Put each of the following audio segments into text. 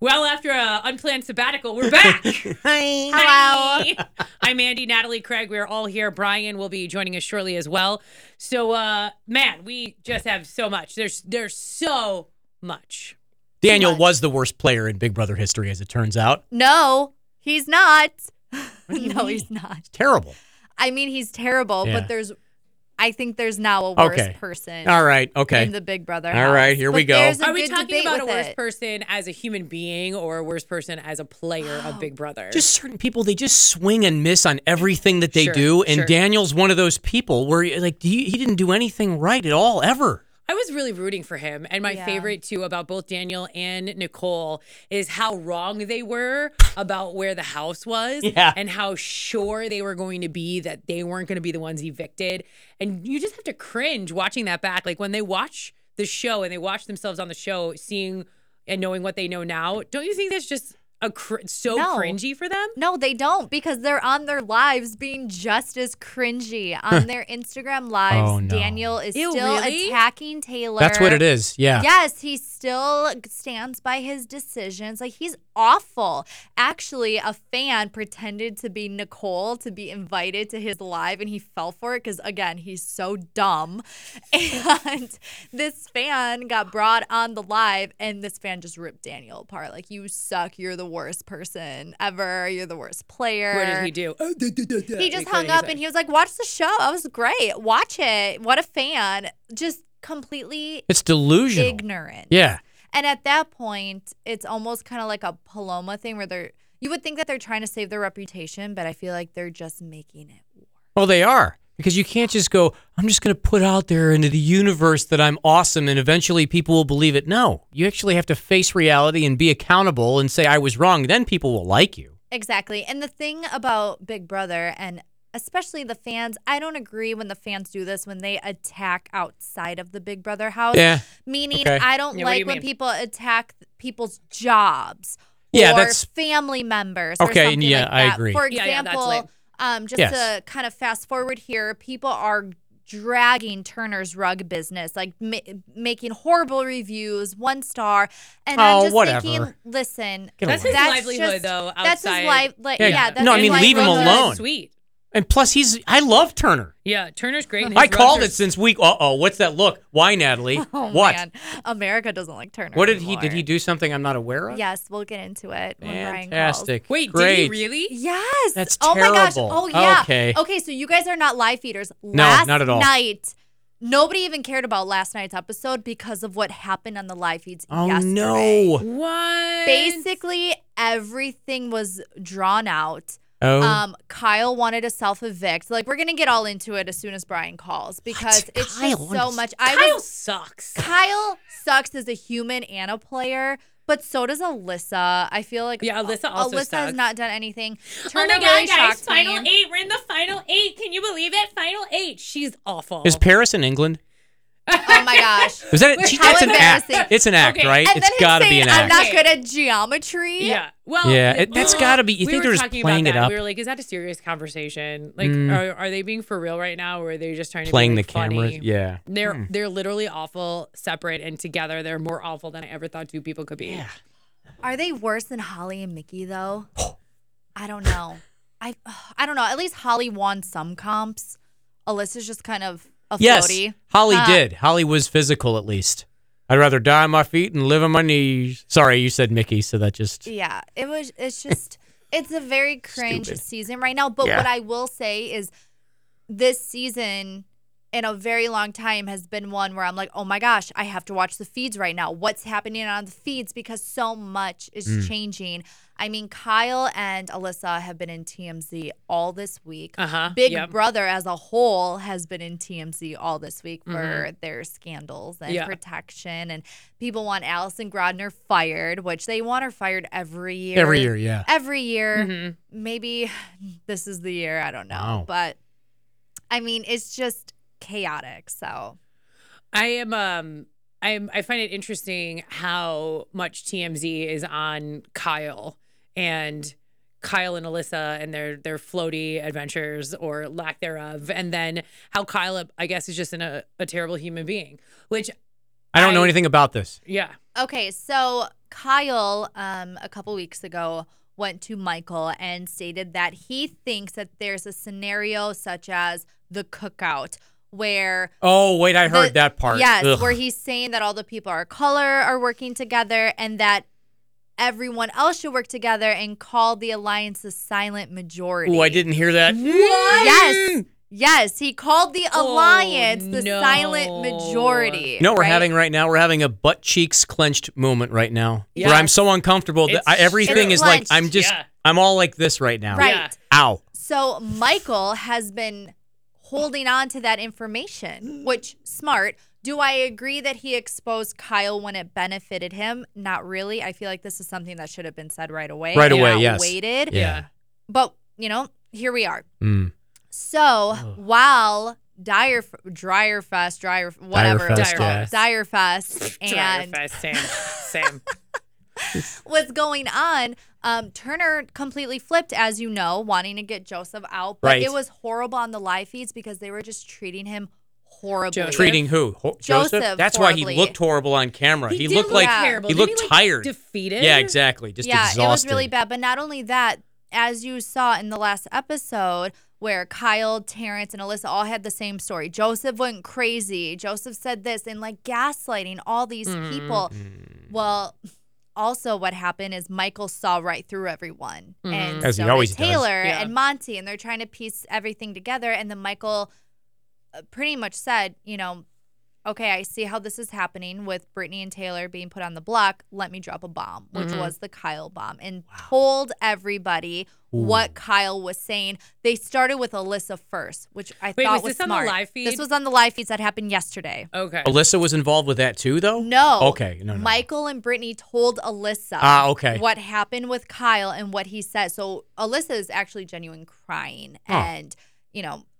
Well, after a unplanned sabbatical, we're back. Hi. Hello. I'm Andy, Natalie, Craig. We're all here. Brian will be joining us shortly as well. So, uh, man, we just have so much. There's there's so much. Too Daniel much. was the worst player in Big Brother history, as it turns out. No, he's not. do you no, mean? he's not. Terrible. I mean, he's terrible, Yeah. but there's, I think there's now a worse Okay. person All right. Okay. in the Big Brother. All house. right, here we But go. There's a Are we good talking debate about a with worse it. person as a human being or a worse person as a player of Big Brother? just certain people, they just swing and miss on everything that they Sure, do. And sure. Daniel's one of those people where, like, he, he didn't do anything right at all, ever. I was really rooting for him. And my Yeah. favorite, too, about both Daniel and Nicole is how wrong they were about where the house was Yeah. and how sure they were going to be that they weren't going to be the ones evicted. And you just have to cringe watching that back. Like when they watch the show and they watch themselves on the show, seeing and knowing what they know now, don't you think that's just a cr- so No. cringy for them? No, they don't because they're on their lives being just as cringy on their Instagram lives. Oh, no. Daniel is Ew, still really? attacking Taylor. That's what it is. Yeah. Yes, he still stands by his decisions. Like he's awful. Actually, a fan pretended to be Nicole to be invited to his live and he fell for it because again, he's so dumb. And this fan got brought on the live and this fan just ripped Daniel apart. Like, you suck, you're the worst person ever, you're the worst player. What did he do? He just hung up and he was like, Watch the show. I was great. Watch it. What a fan. Just completely It's delusional. ignorant. Yeah. And at that point, it's almost kind of like a Paloma thing where they're, you would think that they're trying to save their reputation, but I feel like they're just making it. Well, they are. Because you can't just go, I'm just going to put out there into the universe that I'm awesome and eventually people will believe it. No, you actually have to face reality and be accountable and say, I was wrong. Then people will like you. Exactly. And the thing about Big Brother and especially the fans, I don't agree when the fans do this when they attack outside of the Big Brother house. Yeah. Meaning, Okay. I don't Yeah, what do like you when mean? people attack people's jobs. Yeah, or that's- family members. or Okay, something yeah, like I that. agree. For Yeah, yeah, that's example, lame. um, just Yes. to kind of fast forward here, people are dragging Turner's rug business, like ma- making horrible reviews, one star. And Oh, I'm just whatever. thinking, listen, Get That's away. his that's livelihood, just- though. Outside. that's his life. Like, Yeah, yeah, yeah. that's No, I his mean, life- leave him Well, Rosa is alone. Sweet. And plus, he's, I love Turner. Yeah, Turner's great. and I his rugs called are it since week. Uh oh, what's that look? Why, Natalie? Oh, what? man. America doesn't like Turner. What did he? Did anymore. he do something I'm not aware of? Yes, we'll get into it. When Brian calls. Fantastic. Wait, Great. did he really? Yes. That's oh my gosh. terrible. Oh yeah. Okay. Okay, so you guys are not live feeders. No, Last not at all. Night, nobody even cared about last night's episode because of what happened on the live feeds Oh yesterday. no. What? Basically, everything was drawn out. Oh. Um, Kyle wanted to self evict. Like we're gonna get all into it as soon as Brian calls because it's Kyle just wanted so to- much. I Kyle was sucks. Kyle sucks as a human and a player, but so does Alyssa. I feel like Yeah, Alyssa also Alyssa sucks. has not done anything. Oh Turner my really god, guys! shocked Final me. eight. We're in the final eight. Can you believe it? Final eight. She's awful. Is Paris in England? Oh my gosh. Is that? She, How that's an act. embarrassing. It's an act, Okay, right? And It's then him got to be saying, an I'm act. not good at geometry. yeah. Well, Yeah, the- it- that's gotta be- you we think were they're just talking playing about it that. up? Hmm. We were like, is that a serious conversation? Like, are, are they being for real right now, or are they just trying to Playing be, the like, cameras. funny? Yeah. Hmm. They're they're literally awful, separate and together. They're more awful than I ever thought two people could be. Yeah. Are they worse than Holly and Mickey though? I don't know. I I don't know. At least Holly won some comps. Alyssa's just kind of a Yes. floaty. Holly Huh. did. Holly was physical, at least. I'd rather die on my feet and live on my knees. Sorry, you said Mickey, so that just. Yeah. It was it's just it's a very cringe Stupid. season right now. But Yeah. what I will say is this season in a very long time has been one where I'm like, oh my gosh, I have to watch the feeds right now. What's happening on the feeds? Because so much is Mm. changing. I mean, Kyle and Alyssa have been in TMZ all this week. Uh huh. Big Yep. Brother as a whole has been in TMZ all this week for their scandals and Mm-hmm. Yeah. protection. And people want Allison Grodner fired, which they want her fired every year. Every year, yeah. Every year. Mhm. Maybe this is the year. I don't know. Wow. But I mean, it's just chaotic. So I am um I'm I find it interesting how much TMZ is on Kyle and Kyle and Alyssa and their their floaty adventures or lack therereof and then how Kyle I guess is just an, a, a terrible human being which I don't know I- anything about this. Yeah. Okay, so Kyle, um, a couple weeks ago, went to Michael and stated that he thinks that there's a scenario such as the cookout where Oh, wait, I heard the- that part. Yes, Ugh. where he's saying that all the people are color are working together and that everyone else should work together and call the alliance the silent majority. Ooh, I didn't hear that. Yes. Yes, he called the Oh, alliance the silent no. majority. You know what we're right? having right now? We're having a butt cheeks clenched moment right now Yes. where I'm so uncomfortable that It's I, everything true. is like, Clenched, I'm just, yeah. I'm all like this right now. Right. Yeah. Ow. So Michael has been holding on to that information, which smart. Do I agree that he exposed Kyle when it benefited him? Not really. I feel like this is something that should have been said right away. Right and away, not yes. Waited. Yeah. But, you know, here we are. Mm. So while Dire Dryer Fest, Dryer whatever Fest, it's called, yes. Dire Fest Dryer and fest, Sam. Sam. what's going on. Um, Turner completely flipped, as you know, wanting to get Joseph out. But Right. it was horrible on the live feeds because they were just treating him horribly. Joseph. Treating who? Ho- Joseph? Joseph That's why he horribly. looked horrible on camera. He, did looked look like, Yeah. terrible. he Didn't looked like, tired. defeated. yeah, exactly. Just yeah, exhausted. it was really bad. But not only that, as you saw in the last episode where Kyle, Terrence, and Alyssa all had the same story. Joseph went crazy. Joseph said this and like gaslighting all these Mm-hmm. people. Mm. Well, also what happened is Michael saw right through everyone. And As he so did always does. Taylor Mm-hmm. Yeah. and Monty and they're trying to piece everything together and then Michael uh, pretty much said, you know, okay, I see how this is happening with Brittany and Taylor being put on the block. Let me drop a bomb, which Mhm. was the Kyle bomb, and told everybody what Kyle was saying. They started with Alyssa first, which I Wait, thought was this on the smart. live feed? This was on the live feeds that happened yesterday. Okay. Alyssa was involved with that too, though? No. Okay. No, no, no. Michael and Brittany told Alyssa Ah, okay. what happened with Kyle and what he said. So Alyssa is actually genuine crying. Oh. And, you know,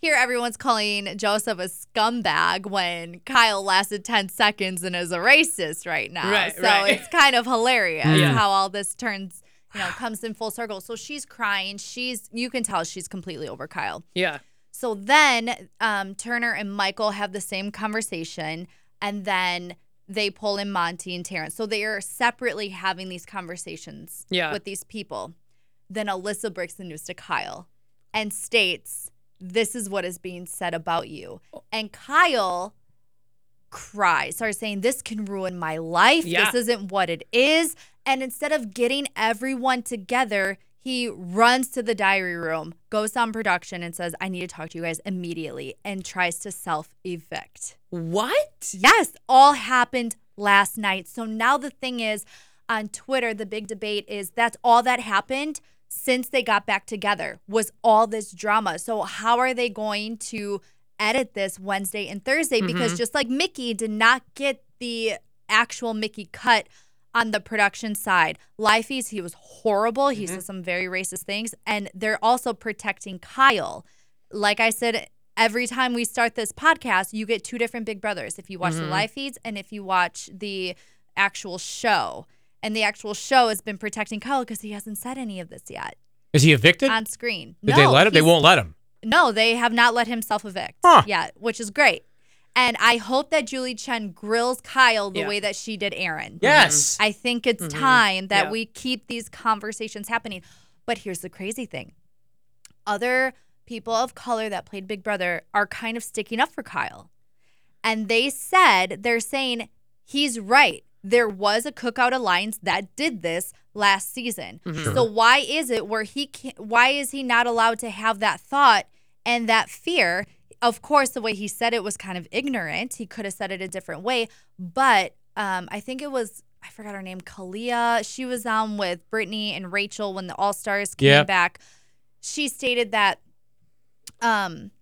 here everyone's calling Joseph a scumbag when Kyle lasted 10 seconds and is a racist right now. Right, so right. it's kind of hilarious Mm. Yeah. how all this turns, you know, comes in full circle. So she's crying. She's, you can tell she's completely over Kyle. Yeah. So then um, Turner and Michael have the same conversation, and then they pull in Monty and Terrence. So they are separately having these conversations Yeah. with these people. Then Alyssa breaks the news to Kyle and states, This is what is being said about you. Oh. And Kyle cries, starts saying, This can ruin my life. Yeah. This isn't what it is. And instead of getting everyone together, he runs to the diary room, goes on production, and says, I need to talk to you guys immediately, and tries to self evict. What? Yes, all happened last night. So now the thing is on Twitter, the big debate is that's all that happened since they got back together was all this drama. So how are they going to edit this Wednesday and Thursday? Because just like Mickey did not get the actual Mickey cut on the production side. Lifey's, he was horrible. He Mm-hmm. said some very racist things. And they're also protecting Kyle. Like I said, every time we start this podcast, you get two different Big Brothers if you watch Mm-hmm. the live feeds and if you watch the actual show. And the actual show has been protecting Kyle because he hasn't said any of this yet Is he evicted? on screen. Did Uh, no, they let him? They he's- won't let him. No, they have not let him self evict Huh. yet, which is great. And I hope that Julie Chen grills Kyle the Yeah. way that she did Aaron. Yes. Mm-hmm. I think it's time that Yeah. we keep these conversations happening. But here's the crazy thing other people of color that played Big Brother are kind of sticking up for Kyle. And they said, they're saying he's right. There was a cookout alliance that did this last season. So why is it where he can't, why is he not allowed to have that thought and that fear? Of course, the way he said it was kind of ignorant. He could have said it a different way, but um, I think it was I forgot her name, Kalia. She was on with Brittany and Rachel when the All Stars came Yeah. back. She stated that um,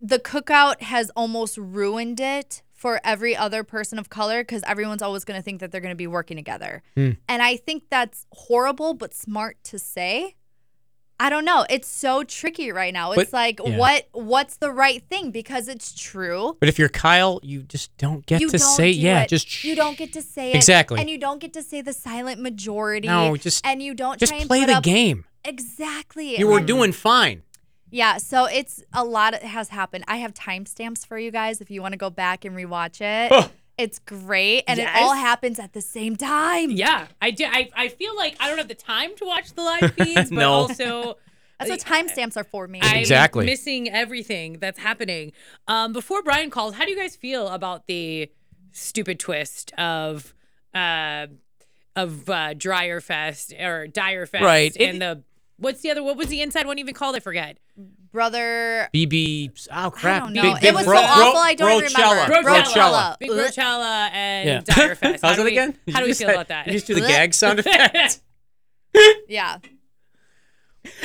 the cookout has almost ruined it for every other person of color because everyone's always going to think that they're going to be working together. Hmm. And I think that's horrible, but smart to say. I don't know. It's so tricky right now. It's But- like yeah. what what's the right thing because it's true. But if you're Kyle, you just don't get you to don't say do yeah. it. Just you don't get to say it Exactly. and you don't get to say the silent majority. No, just- and you don't just try and play put the up- game. Exactly. You were And- doing fine. Yeah, so it's a lot that has happened. I have timestamps for you guys if you want to go back and rewatch it. It's great, and it all Yes. happens at the same time. Yeah, I do. I, I feel like I don't have the time to watch the live feeds, but No. also That's what timestamps are for me. I'm Exactly. missing everything that's happening. Um, before Brian calls, how do you guys feel about the stupid twist of uh, of uh, Dryer Fest or Dyer Fest? Right. It- And the what's the other? What was the inside one even called? I forget. Brother BB. Oh crap! don't know. It was so awful, I don't even remember. Brochella. Brochella. Big Ugh. Rochella and Yeah. Dyer Fest. How's do it we- again? How do we You just feel had- about that? You just do the gag sound effect. Yeah.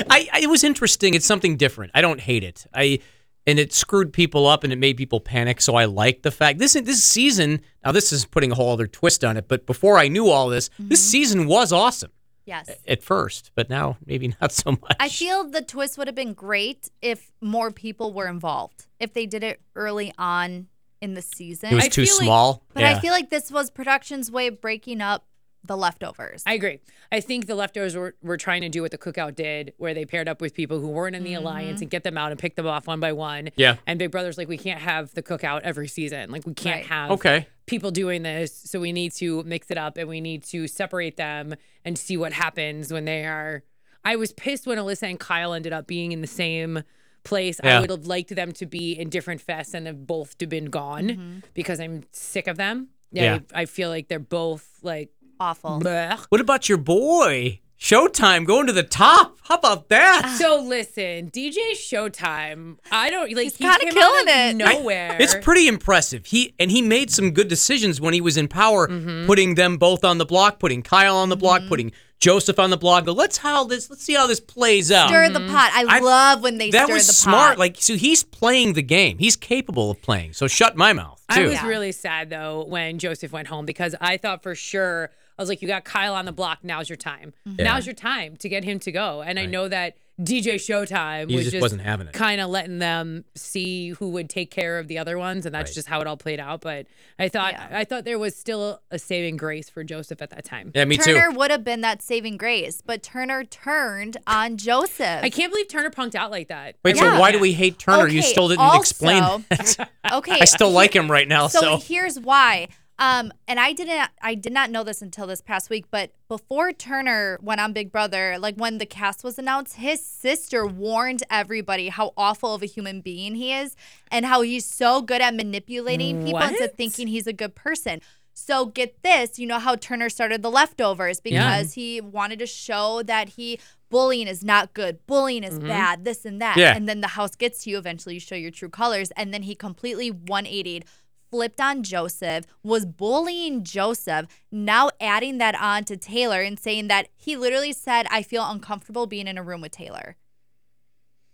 I, I it was interesting. It's something different. I don't hate it. I and it screwed people up and it made people panic. So I like the fact this this season. Now this is putting a whole other twist on it. But before I knew all this, this Mm-hmm. season was awesome Yes. at first, but now maybe not so much. I feel the twist would have been great if more people were involved. If they did it early on in the season. it was I too feel like- small. but yeah. I feel like this was production's way of breaking up the leftovers. I agree. I think the leftovers were, were trying to do what the cookout did, where they paired up with people who weren't in the alliance and get them out and pick them off one by one. Yeah. And Big Brother's like, we can't have the cookout every season. Like, we can't Right. have okay. people doing this. So we need to mix it up and we need to separate them and see what happens when they are. I was pissed when Alyssa and Kyle ended up being in the same place. Yeah. I would have liked them to be in different fests and have both to been gone because I'm sick of them. Yeah. I, I feel like they're both like, Awful. blech. What about your boy? Showtime going to the top. How about that? So listen, DJ Showtime. I don't like. He's kinda killing it. Ah. Nowhere. It's pretty impressive. He and he made some good decisions when he was in power, Mm-hmm. putting them both on the block, putting Kyle on the block, putting Joseph on the block. Go, let's how this let's see how this plays out. Stir the pot. I, I- love when they that stir was the smart. pot. Like so he's playing the game. He's capable of playing. So shut my mouth. Too. I was really sad though when Joseph went home because I thought for sure I was like, you got Kyle on the block. Now's your time. Mm-hmm. Now's your time to get him to go. And I know that DJ Showtime He was just wasn't having it. Kind of letting them see who would take care of the other ones, and that's just how it all played out. But I thought I thought there was still a saving grace for Joseph at that time. yeah, me Turner too. would have been that saving grace, but Turner turned on Joseph. I can't believe Turner punked out like that. Wait, Yeah. so why do we hate Turner? you Okay, still didn't explain. also- that. okay. I still like him right now. So, So here's why. Um, and I didn't I did not know this until this past week, but before Turner went on Big Brother, like when the cast was announced, his sister warned everybody how awful of a human being he is and how he's so good at manipulating people into What? thinking he's a good person. So get this, you know how Turner started the leftovers because he wanted to show that he bullying is not good, bullying is Mm-hmm. bad, this and that. Yeah. And then the house gets to you eventually, you show your true colors, and then he completely 180'd, flipped on Joseph, was bullying Joseph, now adding that on to Taylor and saying that he literally said, I feel uncomfortable being in a room with Taylor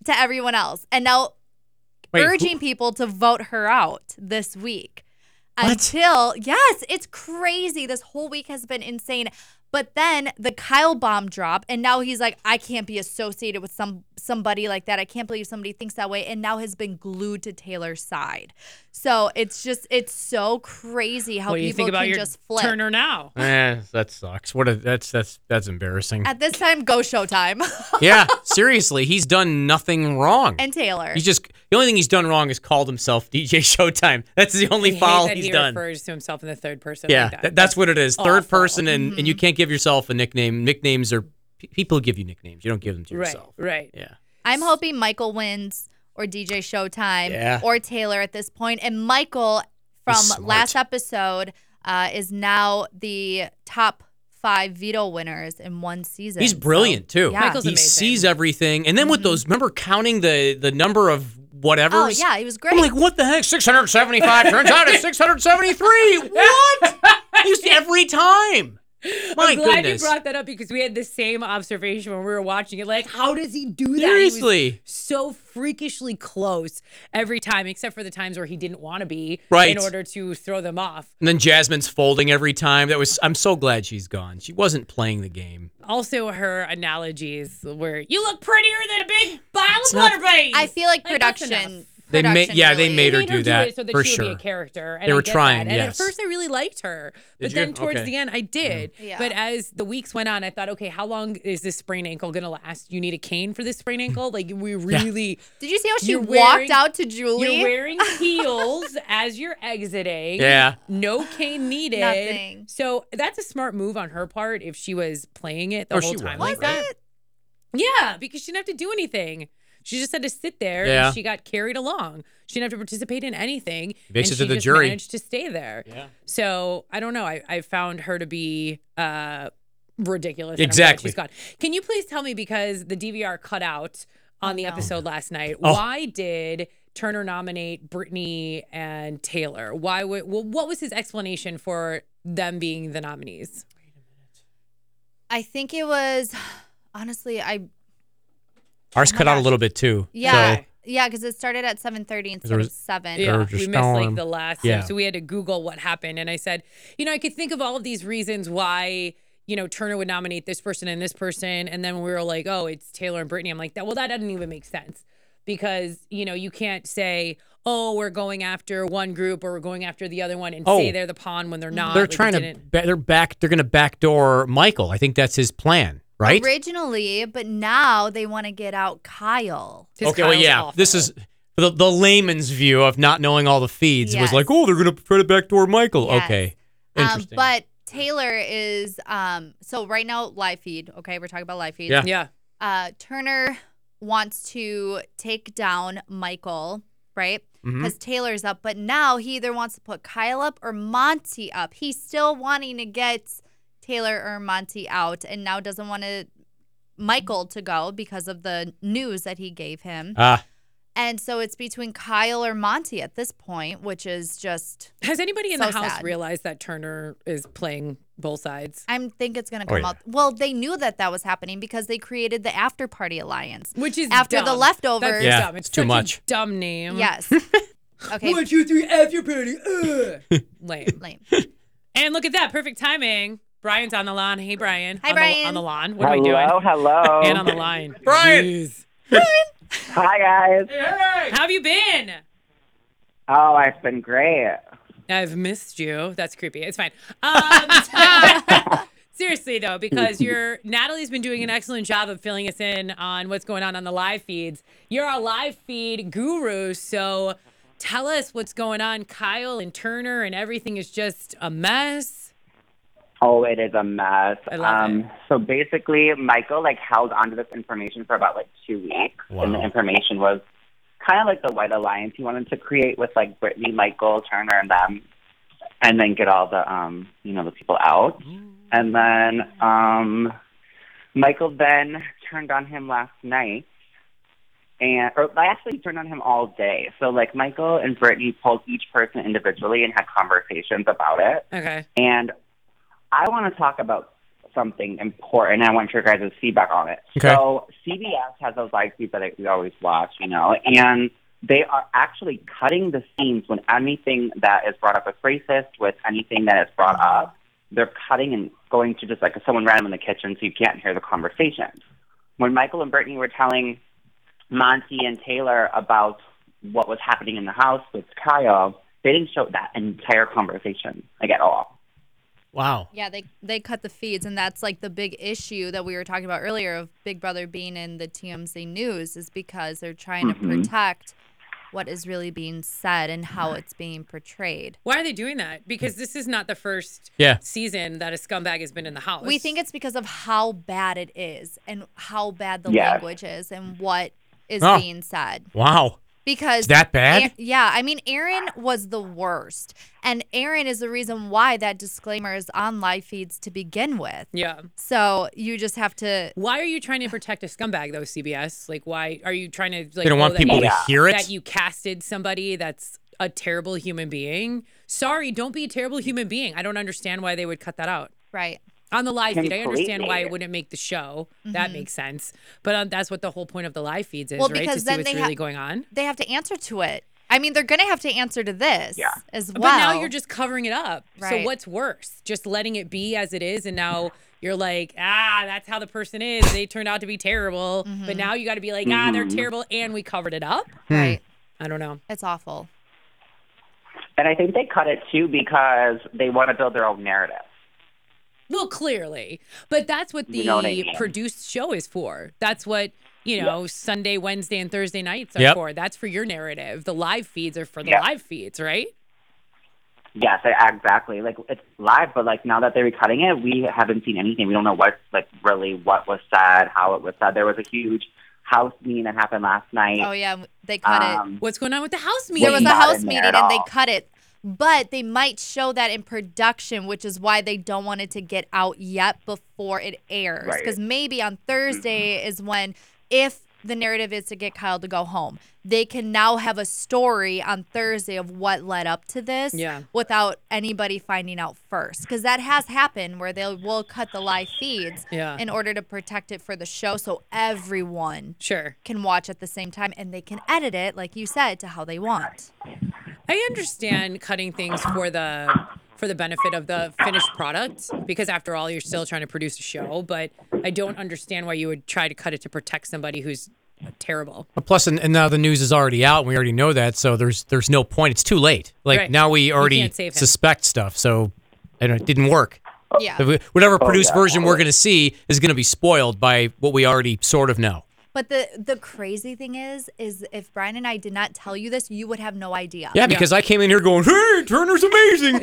to everyone else. And now Wait, who- urging people to vote her out this week. What? Until yes, it's crazy. This whole week has been insane. But then the Kyle bomb drop, and now he's like, I can't be associated with some somebody like that. I can't believe somebody thinks that way. And now has been glued to Taylor's side. So it's just it's so crazy how What do people you think about can your just flip. Turner now? eh, that sucks. What a, that's that's that's embarrassing. At this time, go Showtime yeah, seriously, he's done nothing wrong. and Taylor. He's just the only thing he's done wrong is called himself DJ Showtime. That's the I only hate foul that he's he done. refers to himself in the third person. yeah, like that. th- that's what it is. Third awful. Mm-hmm. person, and, and you can't give yourself a nickname. Nicknames are pe- people give you nicknames. You don't give them to right. yourself. Right. Yeah. I'm hoping Michael wins or DJ Showtime Yeah. or Taylor at this point. And Michael from He's smart. last episode uh, is now the top five veto winners in one season. He's So- brilliant too. Yeah. Michael's he amazing. Mm-hmm. sees everything, and then with those, remember counting the the number of whatever. Oh yeah, he was great. I'm like, what the heck? 675 turns out it's 673. What? He's every time. My I'm glad goodness. you brought that up because we had the same observation when we were watching it. Like, how does he do that? He was Seriously. so freakishly close every time, except for the times where he didn't want to be Right. in order to throw them off. And then Jasmine's folding every time. That was I'm so glad she's gone. She wasn't playing the game. Also, her analogies were, you look prettier than a big bottle of not- butter butterbean. I feel like Like, that's enough. production They ma- production. yeah, they really. made her made do that, it so that for she would sure. be a character. And They I were get trying, That. And yes. at first, I really liked her, but Did you? then towards Okay. the end, I did. Yeah. But as the weeks went on, I thought, okay, how long is this sprained ankle gonna last? You need a cane for this sprained ankle. Like we really, Did you see how she You're walked wearing- out to Julie? you're wearing heels as you're exiting. Yeah. No cane needed. Nothing. So that's a smart move on her part if she was playing it the Oh, whole she time was, like that. right? Yeah, because she didn't have to do anything. She just had to sit there Yeah. and she got carried along. She didn't have to participate in anything. Evicts and it to she the just jury. managed to stay there. Yeah. So I don't know. I, I found her to be uh, ridiculous. and I'm glad Exactly. She's gone. Can you please tell me because the DVR cut out on the episode last night? Oh. Why did Turner nominate Brittany and Taylor? Why would? Well, what was his explanation for them being the nominees? I think it was honestly I Ours Oh my cut out a gosh. little bit too. yeah. So, yeah, because it started at seven thirty instead There of was- seven. Yeah, Urge a we missed storm. like the last Yeah. time, so we had to Google what happened. And I said, you know, I could think of all of these reasons why you know Turner would nominate this person and this person, and then we were like, oh, it's Taylor and Brittany. I'm like, that well, that doesn't even make sense because you know you can't say. Oh, we're going after one group or we're going after the other one and Oh. say they're the pawn when they're Mm-hmm. Uh, not. they're Like, it trying to. didn't- Ba- they're back. They're going to backdoor Michael. I think that's his plan, right? Originally, but now they want to get out Kyle. 'Tis okay. Well, Kyle's yeah. This awful. is the, the layman's view of not knowing all the feeds was Yes. like, oh, they're going to try to backdoor Michael. Yes. Okay. Um, Interesting. but Taylor is um so right now live feed. Okay, we're talking about live feed. Yeah. yeah. Uh, Turner wants to take down Michael, right? Mhm. Because Taylor's up, but now he either wants to put Kyle up or Monty up. He's still wanting to get Taylor or Monty out, and now doesn't want to Michael to go because of the news that he gave him. Ah, and so it's between Kyle or Monty at this point, which is just Has anybody in the So house sad. realized that Turner is playing both sides? I think it's going to Oh, come yeah. out. Well, they knew that that was happening because they created the after party alliance. Which is After the dumb. leftovers- That's Yeah, dumb. it's It's, too such a much. dumb name. Yes. Okay. One, two, three, after party. Ugh. Lame. Lame. And look at that. Perfect timing. Brian's on the lawn. Hey, Brian. Hi, on Brian. The, on the lawn. What hello, are we doing? hello. And on the line. Brian. Jeez. Hi, guys. How have you been? Oh, I've been great. I've missed you. That's creepy. It's fine. Um, seriously, though, because you're, Natalie's been doing an excellent job of filling us in on what's going on on the live feeds. You're our live feed guru. So tell us what's going on. Kyle and Turner and everything is just a mess. Oh, it is a mess. I love um, it. So basically, Michael like held onto this information for about like two weeks, and the Wow. information was kind of like the white alliance he wanted to create with like Brittany, Michael, Turner, and them, and then get all the um, you know, the people out. And then um, Michael then turned on him last night. And or I actually turned on him all day. So like Michael and Brittany pulled each person individually and had conversations about it. Okay. And I want to talk about something important. I want your guys' feedback on it. Okay. So CBS has those live feeds that I- we always watch, you know, and they are actually cutting the scenes when anything that is brought up is racist, with anything that is brought up, they're cutting and going to just like someone random in the kitchen so you can't hear the conversation. When Michael and Brittany were telling Monty and Taylor about what was happening in the house with Kyle, they didn't show that entire conversation like at all. wow. Yeah, they they cut the feeds, and that's like the big issue that we were talking about earlier of Big Brother being in the TMZ news is because they're trying Mm-hmm. to Mhm. protect what is really being said and how it's being portrayed. Why are they doing that? Because this is not the first Yeah. season that a scumbag has been in the house. We think it's because of how bad it is and how bad the Yes. language is and what is Oh. being said. Wow. Because Is that bad? Aa- yeah, I mean, Aaron was the worst, and Aaron is the reason why that disclaimer is on live feeds to begin with. Yeah. So you just have to Why are you trying to protect a scumbag though, CBS? Like, why are you trying to like? they don't oh, want that people you- to hear it. that you casted somebody that's a terrible human being. Sorry, don't be a terrible human being. I don't understand why they would cut that out. right. On the live feed, I understand why it Completely. wouldn't make the show. That makes sense. But um, that's what the whole point of the live feeds is, Mm-hmm. Well, right? To because see then what's they ha- really going on. they have to answer to it. I mean, they're going to have to answer to this Yeah. as well. But now you're just covering it up. So Right. what's worse? Just letting it be as it is and now you're like, ah, that's how the person is. They turned out to be terrible. But now you got to be like, ah, they're Mhm. Hmm. terrible and we covered it up. right. I don't know. It's awful. And I think they cut it too because they want to build their own narrative. Well, clearly, but that's what the You know what I mean. produced show is for. That's what you know. Sunday, Wednesday, and Thursday nights are Yep. for. That's for your narrative. The live feeds are for the Yeah. live feeds, right? Yes, I- exactly. Like it's live, but like now that they're cutting it, we haven't seen anything. We don't know what, like, really what was said, how it was said. There was a huge house meeting that happened last night. Oh yeah, they cut it. um, What's going on with the house There meeting? There was a not house in there meeting at and they all. cut it. But they might show that in production, which is why they don't want it to get out yet before it airs. Right. Mm-hmm. Because maybe on Thursday is when, if the narrative is to get Kyle to go home, they can now have a story on Thursday of what led up to this Yeah. without anybody finding out first. Because that has happened where they will cut the live feeds Yeah. in order to protect it for the show so everyone sure. can watch at the same time and they can edit it, like you said, to how they want. I understand cutting things for the for the benefit of the finished product because after all you're still trying to produce a show, but I don't understand why you would try to cut it to protect somebody who's terrible. Well, Plus, and, and now the news is already out, and we already know that, so there's there's no point. It's too late. Like Right. now, we already can't save him. suspect stuff, so I don't. It didn't work. Yeah. The- Whatever produced yeah, version we're going to see is going to be spoiled by what we already sort of know. But the the crazy thing is, is if Brian and I did not tell you this, you would have no idea. Yeah, because I came in here going, "Hey, Turner's amazing."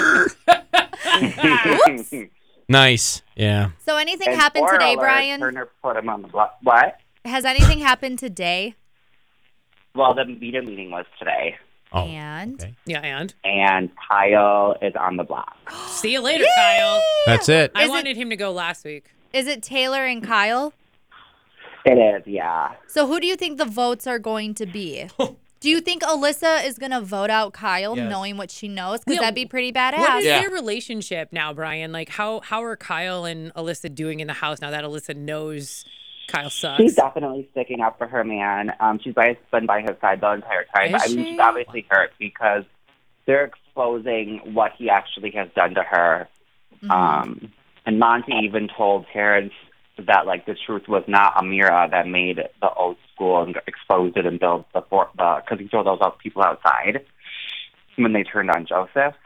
nice. Yeah. So anything And happened spoiler today, alert, Brian? Turner put him on the block. What? Has anything happened today? Well, the media meeting was today, Oh. and okay. Yeah, and and Kyle is on the block. see you later, Kyle. That's it. I Is it- wanted him to go last week. is it Taylor and Kyle? It is, yeah. So who do you think the votes are going to be? do you think Alyssa is gonna vote out Kyle, Yes. knowing what she knows? Because Yeah, that'd be pretty What badass. is Yeah. their relationship now, Brian? Like how how are Kyle and Alyssa doing in the house now that Alyssa knows Kyle She's sucks? definitely sticking up for her man. Um, she's by, been by his side the entire time. Is I mean, she? she's obviously hurt because they're exposing what he actually has done to her. Mm-hmm. Mhm. Um, and Monty even told Terrence that like the truth was not Amira that made the old school and exposed it and built the for because he told those other people outside when they turned on Joseph.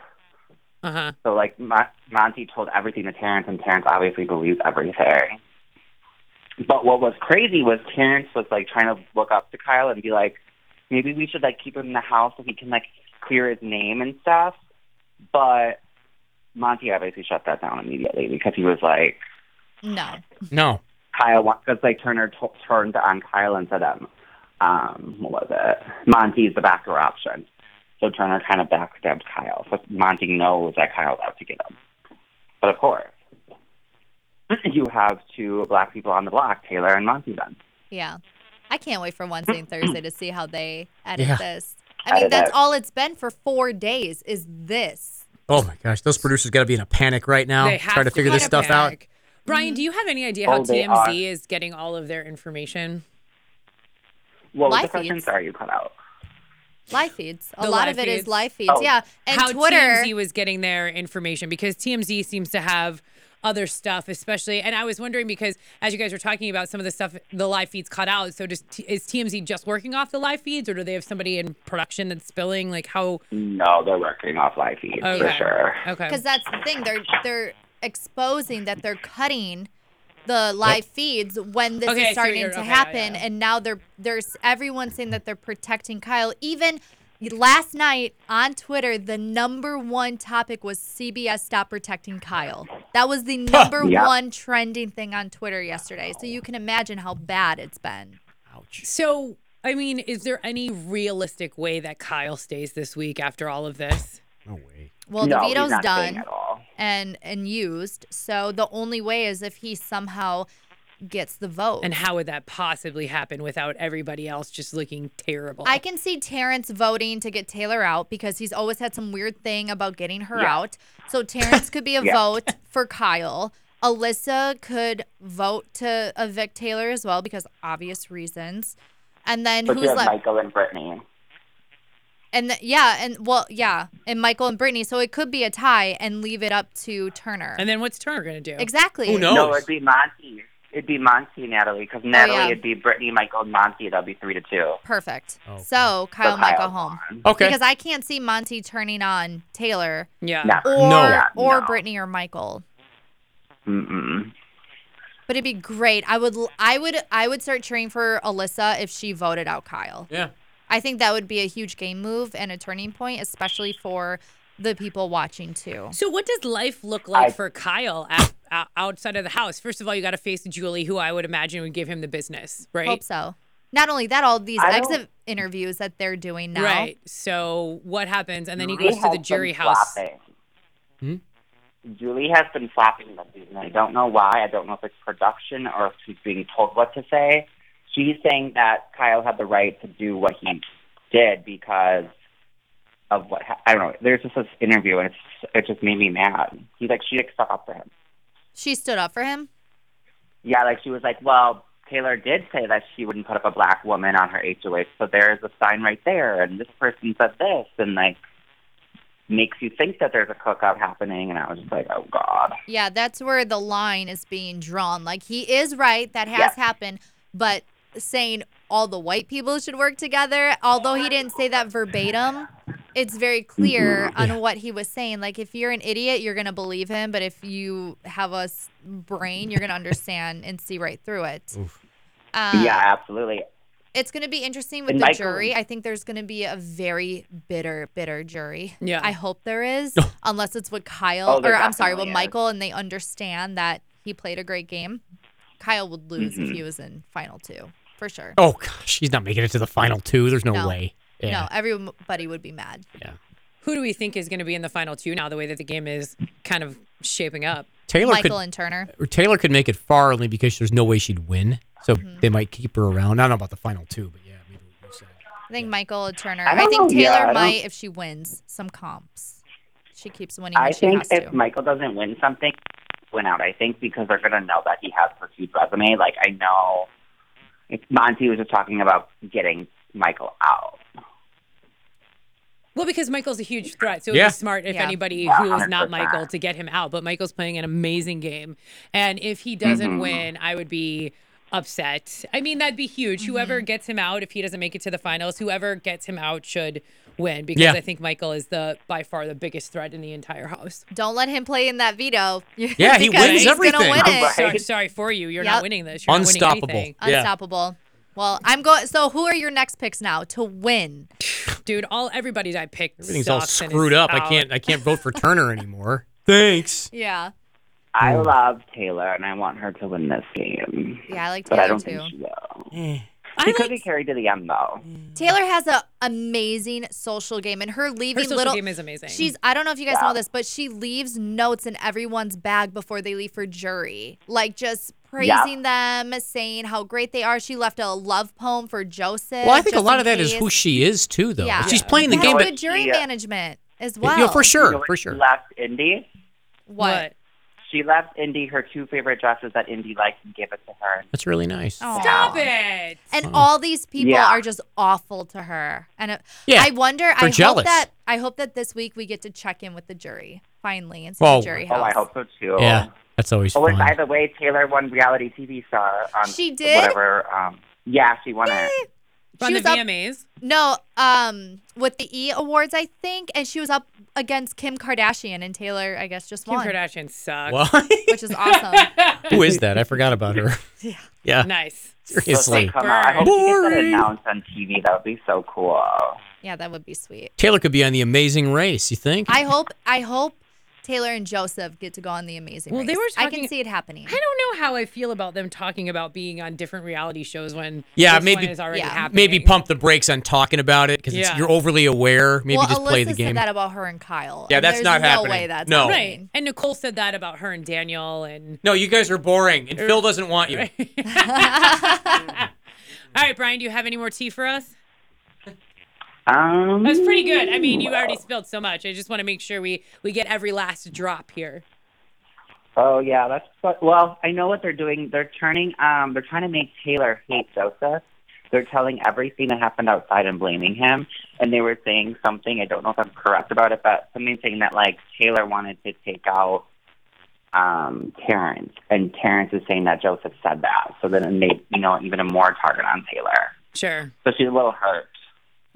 Uh huh. So like Mo- Monty told everything to Terrence, and Terrence obviously believes everything. But what was crazy was Terrence was like trying to look up to Kyle and be like, maybe we should like keep him in the house so he can like clear his name and stuff. But Monty obviously shut that down immediately because he was like, no. No. Kyle, because like Turner t- turned on Kyle and said, um, um, what was it? Monty's the backer option. So Turner kind of backstabbed Kyle. So Monty knows that Kyle's out to get him. But of course, you have two black people on the block, Taylor and Monty then. Yeah. I can't wait for Wednesday and Thursday to see how they edit Yeah. this. I mean, Edit that's it. all it's been for four days is this. Oh my gosh, those producers got to be in a panic right now, They have trying to figure this cut stuff out. back. Brian, do you have any idea how Oh, they are. TMZ is getting all of their information? What was Live the question? feeds. Sorry, you cut out. Live feeds. A The lot live of it is feeds. live feeds. Oh. Yeah. And how Twitter. TMZ was getting their information because TMZ seems to have other stuff, especially. And I was wondering because as you guys were talking about some of the stuff, the live feeds cut out. So just is TMZ just working off the live feeds, or do they have somebody in production that's spilling? Like how? No, they're working off live feeds for Okay. sure. Okay. Because that's the thing. They're they're exposing that they're cutting the live feeds when this Okay, I see is what starting you're- to okay, yeah, happen. yeah. And now they're there's everyone saying that they're protecting Kyle. Even last night on Twitter, the number one topic was CBS stop protecting Kyle. That was the number Yeah. one trending thing on Twitter yesterday. So you can imagine how bad it's been. Ouch. So I mean, is there any realistic way that Kyle stays this week after all of this? No way. Well, no, he's DeVito's not staying done. at all. and and used. So the only way is if he somehow gets the vote. And how would that possibly happen without everybody else just looking terrible? I can see Terrence voting to get Taylor out because he's always had some weird thing about getting her Yeah. out. So Terrence could be a Yeah. vote for Kyle. Alyssa could vote to evict Taylor as well because obvious reasons. And then But you who's have left? Michael and Brittany. And th- yeah, and well, yeah, and Michael and Brittany. So it could be a tie and leave it up to Turner. and then what's Turner gonna do? exactly. Who knows? No, it'd be Monty. It'd be Monty and Natalie because Natalie, Oh, yeah. it'd be Brittany, Michael, and Monty. That'd be three to two. Perfect. Oh, So Kyle So might go Kyle's home on. Okay. because I can't see Monty turning on Taylor Yeah. No. or Yeah, or no. Brittany or Michael. Mm-mm. But it'd be great. I would I would I would start cheering for Alyssa if she voted out Kyle. yeah. I think that would be a huge game move and a turning point, especially for the people watching too. So, what does life look like I- for Kyle at, o- outside of the house? First of all, you got to face Julie, who I would imagine would give him the business, right? Hope so. Not only that, all these I don't- exit interviews that they're doing now. Right. So, what happens? And then he Julie goes to the has jury been house. flopping. Hmm? Julie has been flopping this season. I don't know why. I don't know if it's production or if she's being told what to say. She's saying that Kyle had the right to do what he did because of what ha- I don't know. There's just this interview and it's it just made me mad. He's like she like stuck up for him. She stood up for him. Yeah, like she was like, well, Taylor did say that she wouldn't put up a black woman on her HOH, so there is a sign right there, and this person said this, and like makes you think that there's a cookout happening, and I was just like, oh god. Yeah, that's where the line is being drawn. Like he is right, that has Yes. happened, but saying all the white people should work together, although he didn't say that verbatim, it's very clear Mm-hmm. on Yeah. what he was saying. Like if you're an idiot, you're going to believe him, but if you have a s- brain, you're going to understand and see right through it. Oof. Um, yeah, absolutely. It's going to be interesting with And the Michael- jury. I think there's going to be a very bitter, bitter jury. Yeah. I hope there is, unless it's with Kyle, Oh, or there I'm sorry, with definitely is. Michael, and they understand that he played a great game. Kyle would lose Mm-hmm. if he was in final two, for sure. Oh gosh, he's not making it to the final two. There's no, No. way. No, everybody would be mad. Who do we think is going to be in the final two now, the way that the game is kind of shaping up? Taylor Michael could and Turner. Taylor could make it far only because there's no way she'd win. So Mm-hmm. they might keep her around. I don't know about the final two, but yeah, maybe we'll lose that. I think Michael and Turner. I I, don't think know. Yeah, I Taylor don't- might if she wins some comps. She keeps winning. when I she think has if to. Michael doesn't win something, win out. I think because they're gonna know that he has a huge resume. Like I know, it's, Monty was just talking about getting Michael out. Well, because Michael's a huge threat, so it'd Yeah. be smart if Yeah. anybody Yeah, who is not 100%. Michael to get him out. But Michael's playing an amazing game, and if he doesn't Mm-hmm. Mhm. win, I would be upset. I mean, that'd be huge. Whoever Mm-hmm. gets him out, if he doesn't make it to the finals, whoever gets him out should win because Yeah. I think Michael is the by far the biggest threat in the entire house. Don't let him play in that veto. Yeah, he Because wins he's gonna everything. win I'm it. right. Sorry, sorry for you. You're Yep. not winning this. You're Not Unstoppable. winning anything. Yeah. Unstoppable. Well, I'm going. So, who are your next picks now to win? dude. All everybody I picked. Everything's all sucks and is screwed up. I out. can't I can't vote for Turner anymore. Thanks. Yeah. I Mm. love Taylor, and I want her to win this game. Yeah, I like But I Taylor don't too. think she will. I She could be like- carried to the end, though. Taylor has an amazing social game, and her her leaving social little. game is amazing. She's. I don't know if you guys Yeah. know this, but she leaves notes in everyone's bag before they leave for jury, like just Yeah. praising them, saying how great they are. She left a love poem for Joseph. Well, I think a just lot in of that is case. who she is too, though. Yeah. She's playing the That's game, know but good jury Yeah. management as well. you know, for sure, You know when for she sure. left Indy. What? She left Indy her two favorite dresses that Indy liked and gave it to her. That's really nice. Aw. Stop it. And all these people Yeah. are just awful to her. And it, Yeah, I wonder. I they're hope jealous. that I hope that this week we get to check in with the jury finally and see Oh, the jury house. Oh, I hope so too. Yeah, that's always Oh, fun. and by the way, Taylor won reality TV star on She did? whatever. Um, yeah, she won it. On She the was up- VMAs. No, um, with the E Awards, I think, and she was up against Kim Kardashian and Taylor. I guess just Kim won, Kardashian sucks. Why? which is awesome. Who is that? I forgot about her. Yeah. Yeah. nice. So they Seriously. come out. I hope she gets that Boring. announced on TV. That would be so cool. yeah, that would be sweet. Taylor could be on the amazing race, you think? I hope. I hope Taylor and Joseph get to go on the Amazing. Well, they Race. were I can talking- see it happening. I don't know how I feel about them talking about being on different reality shows when Yeah, this maybe- one is already Yeah. happening. Maybe pump the brakes on talking about it because Yeah. you're overly aware. Maybe well, just Alyssa play the said game. that about her and Kyle. Yeah, and that's there's not no happening. Way that's No. Right. happening. And Nicole said that about her and Danielle and. No, you guys are boring, Er, and Phil doesn't want you. All right, Brian, do you have any more tea for us? Um, That was pretty good. I mean, you already spilled so much. I just want to make sure we we get every last drop here. Oh yeah, that's fu- well. I know what they're doing. They're turning. Um, they're trying to make Taylor hate Joseph. They're telling everything that happened outside and blaming him. And they were saying something. I don't know if I'm correct about it, but something saying that like Taylor wanted to take out um, Terrence, and Terrence is saying that Joseph said that. So then it made you know even a more target on Taylor. Sure. So she's a little hurt.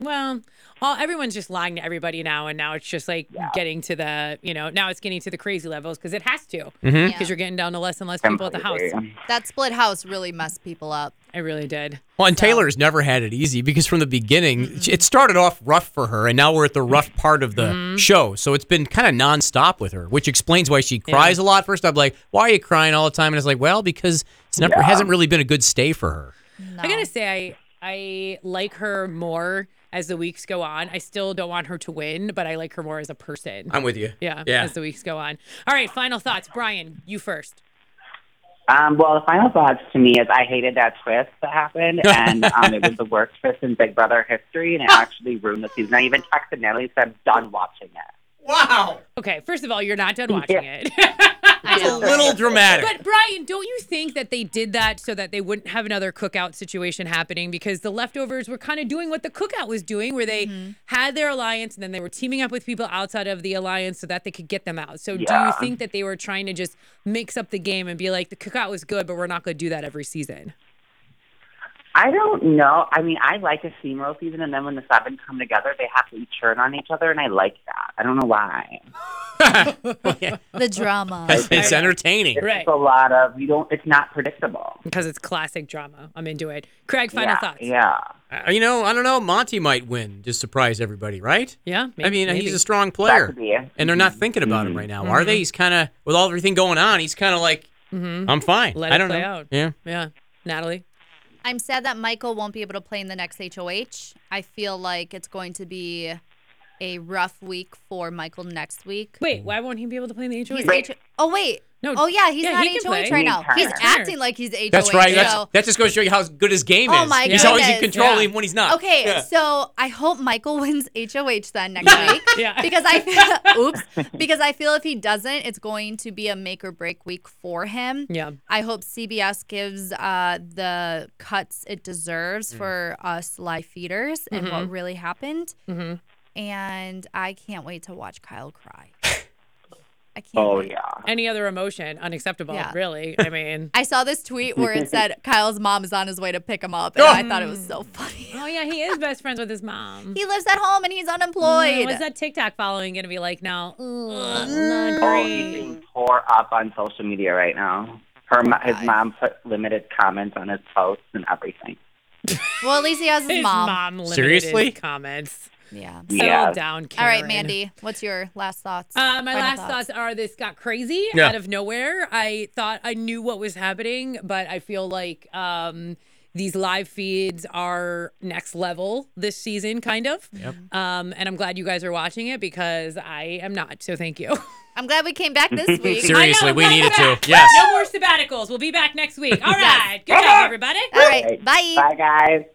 Well, all everyone's just lying to everybody now, and now it's just like getting to the you know now it's getting to the crazy levels because it has to Mm-hmm. because you're getting down to less and less people at the house. Completely. That split house really messed people up. I really did. Well, and Taylor's never had it easy because from the beginning, it started off rough for her, and now we're at the rough part of the Mm-hmm. show. So it's been kind of nonstop with her, which explains why she cries a lot. First, I'm like, why are you crying all the time? And it's like, well, because it's never Yeah. hasn't really been a good stay for her. No. I gotta say, I I like her more as the weeks go on. I still don't want her to win, but I like her more as a person. with you. yeah, Yeah. as the weeks go on. All right, final thoughts, Brian. You first. Um, well, the final thoughts to me is I hated that twist that happened, and um, it was the worst twist in Big Brother history, and it actually ruined the season. I even texted Natalie said, "I'm done watching it." Wow, Okay, first of all, you're not done watching it. I a know. little dramatic. But Brian, don't you think that they did that so that they wouldn't have another cookout situation happening? Because the leftovers were kind of doing what the cookout was doing, where they had their alliance and then they were teaming up with people outside of the alliance so that they could get them out. So do you Yeah. think that they were trying to just mix up the game and be like, the cookout was good, but we're not going to do that every season? I don't know. I mean, I like a steamroll season, and then when the seven come together, they have to churn on each other, and I like that. I don't know why. the drama. it's entertaining. Right. It's a lot of you don't. It's not predictable. Because it's classic drama. I'm into it. Craig, final yeah, thoughts. Yeah. Uh, you know, I don't know. Monty might win to surprise everybody, right? Yeah, may- I mean, maybe. he's a strong player. could be it. And they're not thinking about him right now, are they? He's kind of, with all everything going on, he's kind of like, I'm fine. Let I it don't play know. out. Yeah. Yeah. Natalie? I'm sad that Michael won't be able to play in the next HOH. I feel like it's going to be a rough week for Michael next week. Mm. Wait, why won't he be able to play in the HOH? He's H- oh wait. No, Oh yeah, he's yeah, not he can HOH play. right He's now. He's Turner. acting like he's HOH. That's right. That's, so- that just goes to show you how good his game Oh is. my he's always in goodn's. control Yeah. even when he's not. Okay, Yeah. so I hope Michael wins HOH then next week. Yeah. Because I feel oops. Because I feel if he doesn't, it's going to be a make or break week for him. Yeah. I hope CBS gives uh, the cuts it deserves Mm. for us live feeders and what really happened. Mm-hmm. And I can't wait to watch Kyle cry. I can't. Oh wait. yeah. any other emotion unacceptable Yeah. really i mean I saw this tweet where it said Kyle's mom is on his way to pick him up, and I thought it was so funny. oh yeah he is best friends with his mom He lives at home and he's Mm, unemployed. what's that tiktok following gonna be like now Ugh, Mm. not Oh, he's great. being tore up on social media right now. Her, Oh mo- his God. mom put limited comments on his posts and everything. Well, at least he has his, his mom. mom limited Seriously? his comments Yeah. settle Yeah. down All Karen. right, Mandy, what's your last thoughts? Uh, my Final last thoughts. are this got crazy Yeah. out of nowhere. I thought I knew what was happening, but I feel like um, these live feeds are next level this season, kind of. Yep. Um, and I'm glad you guys are watching it because I am not. So thank you. I'm glad we came back this week. Seriously, I know, we right needed to. back. Yes. No more sabbaticals. We'll be back next week. All right. Good job, everybody. All right, bye. Bye, guys.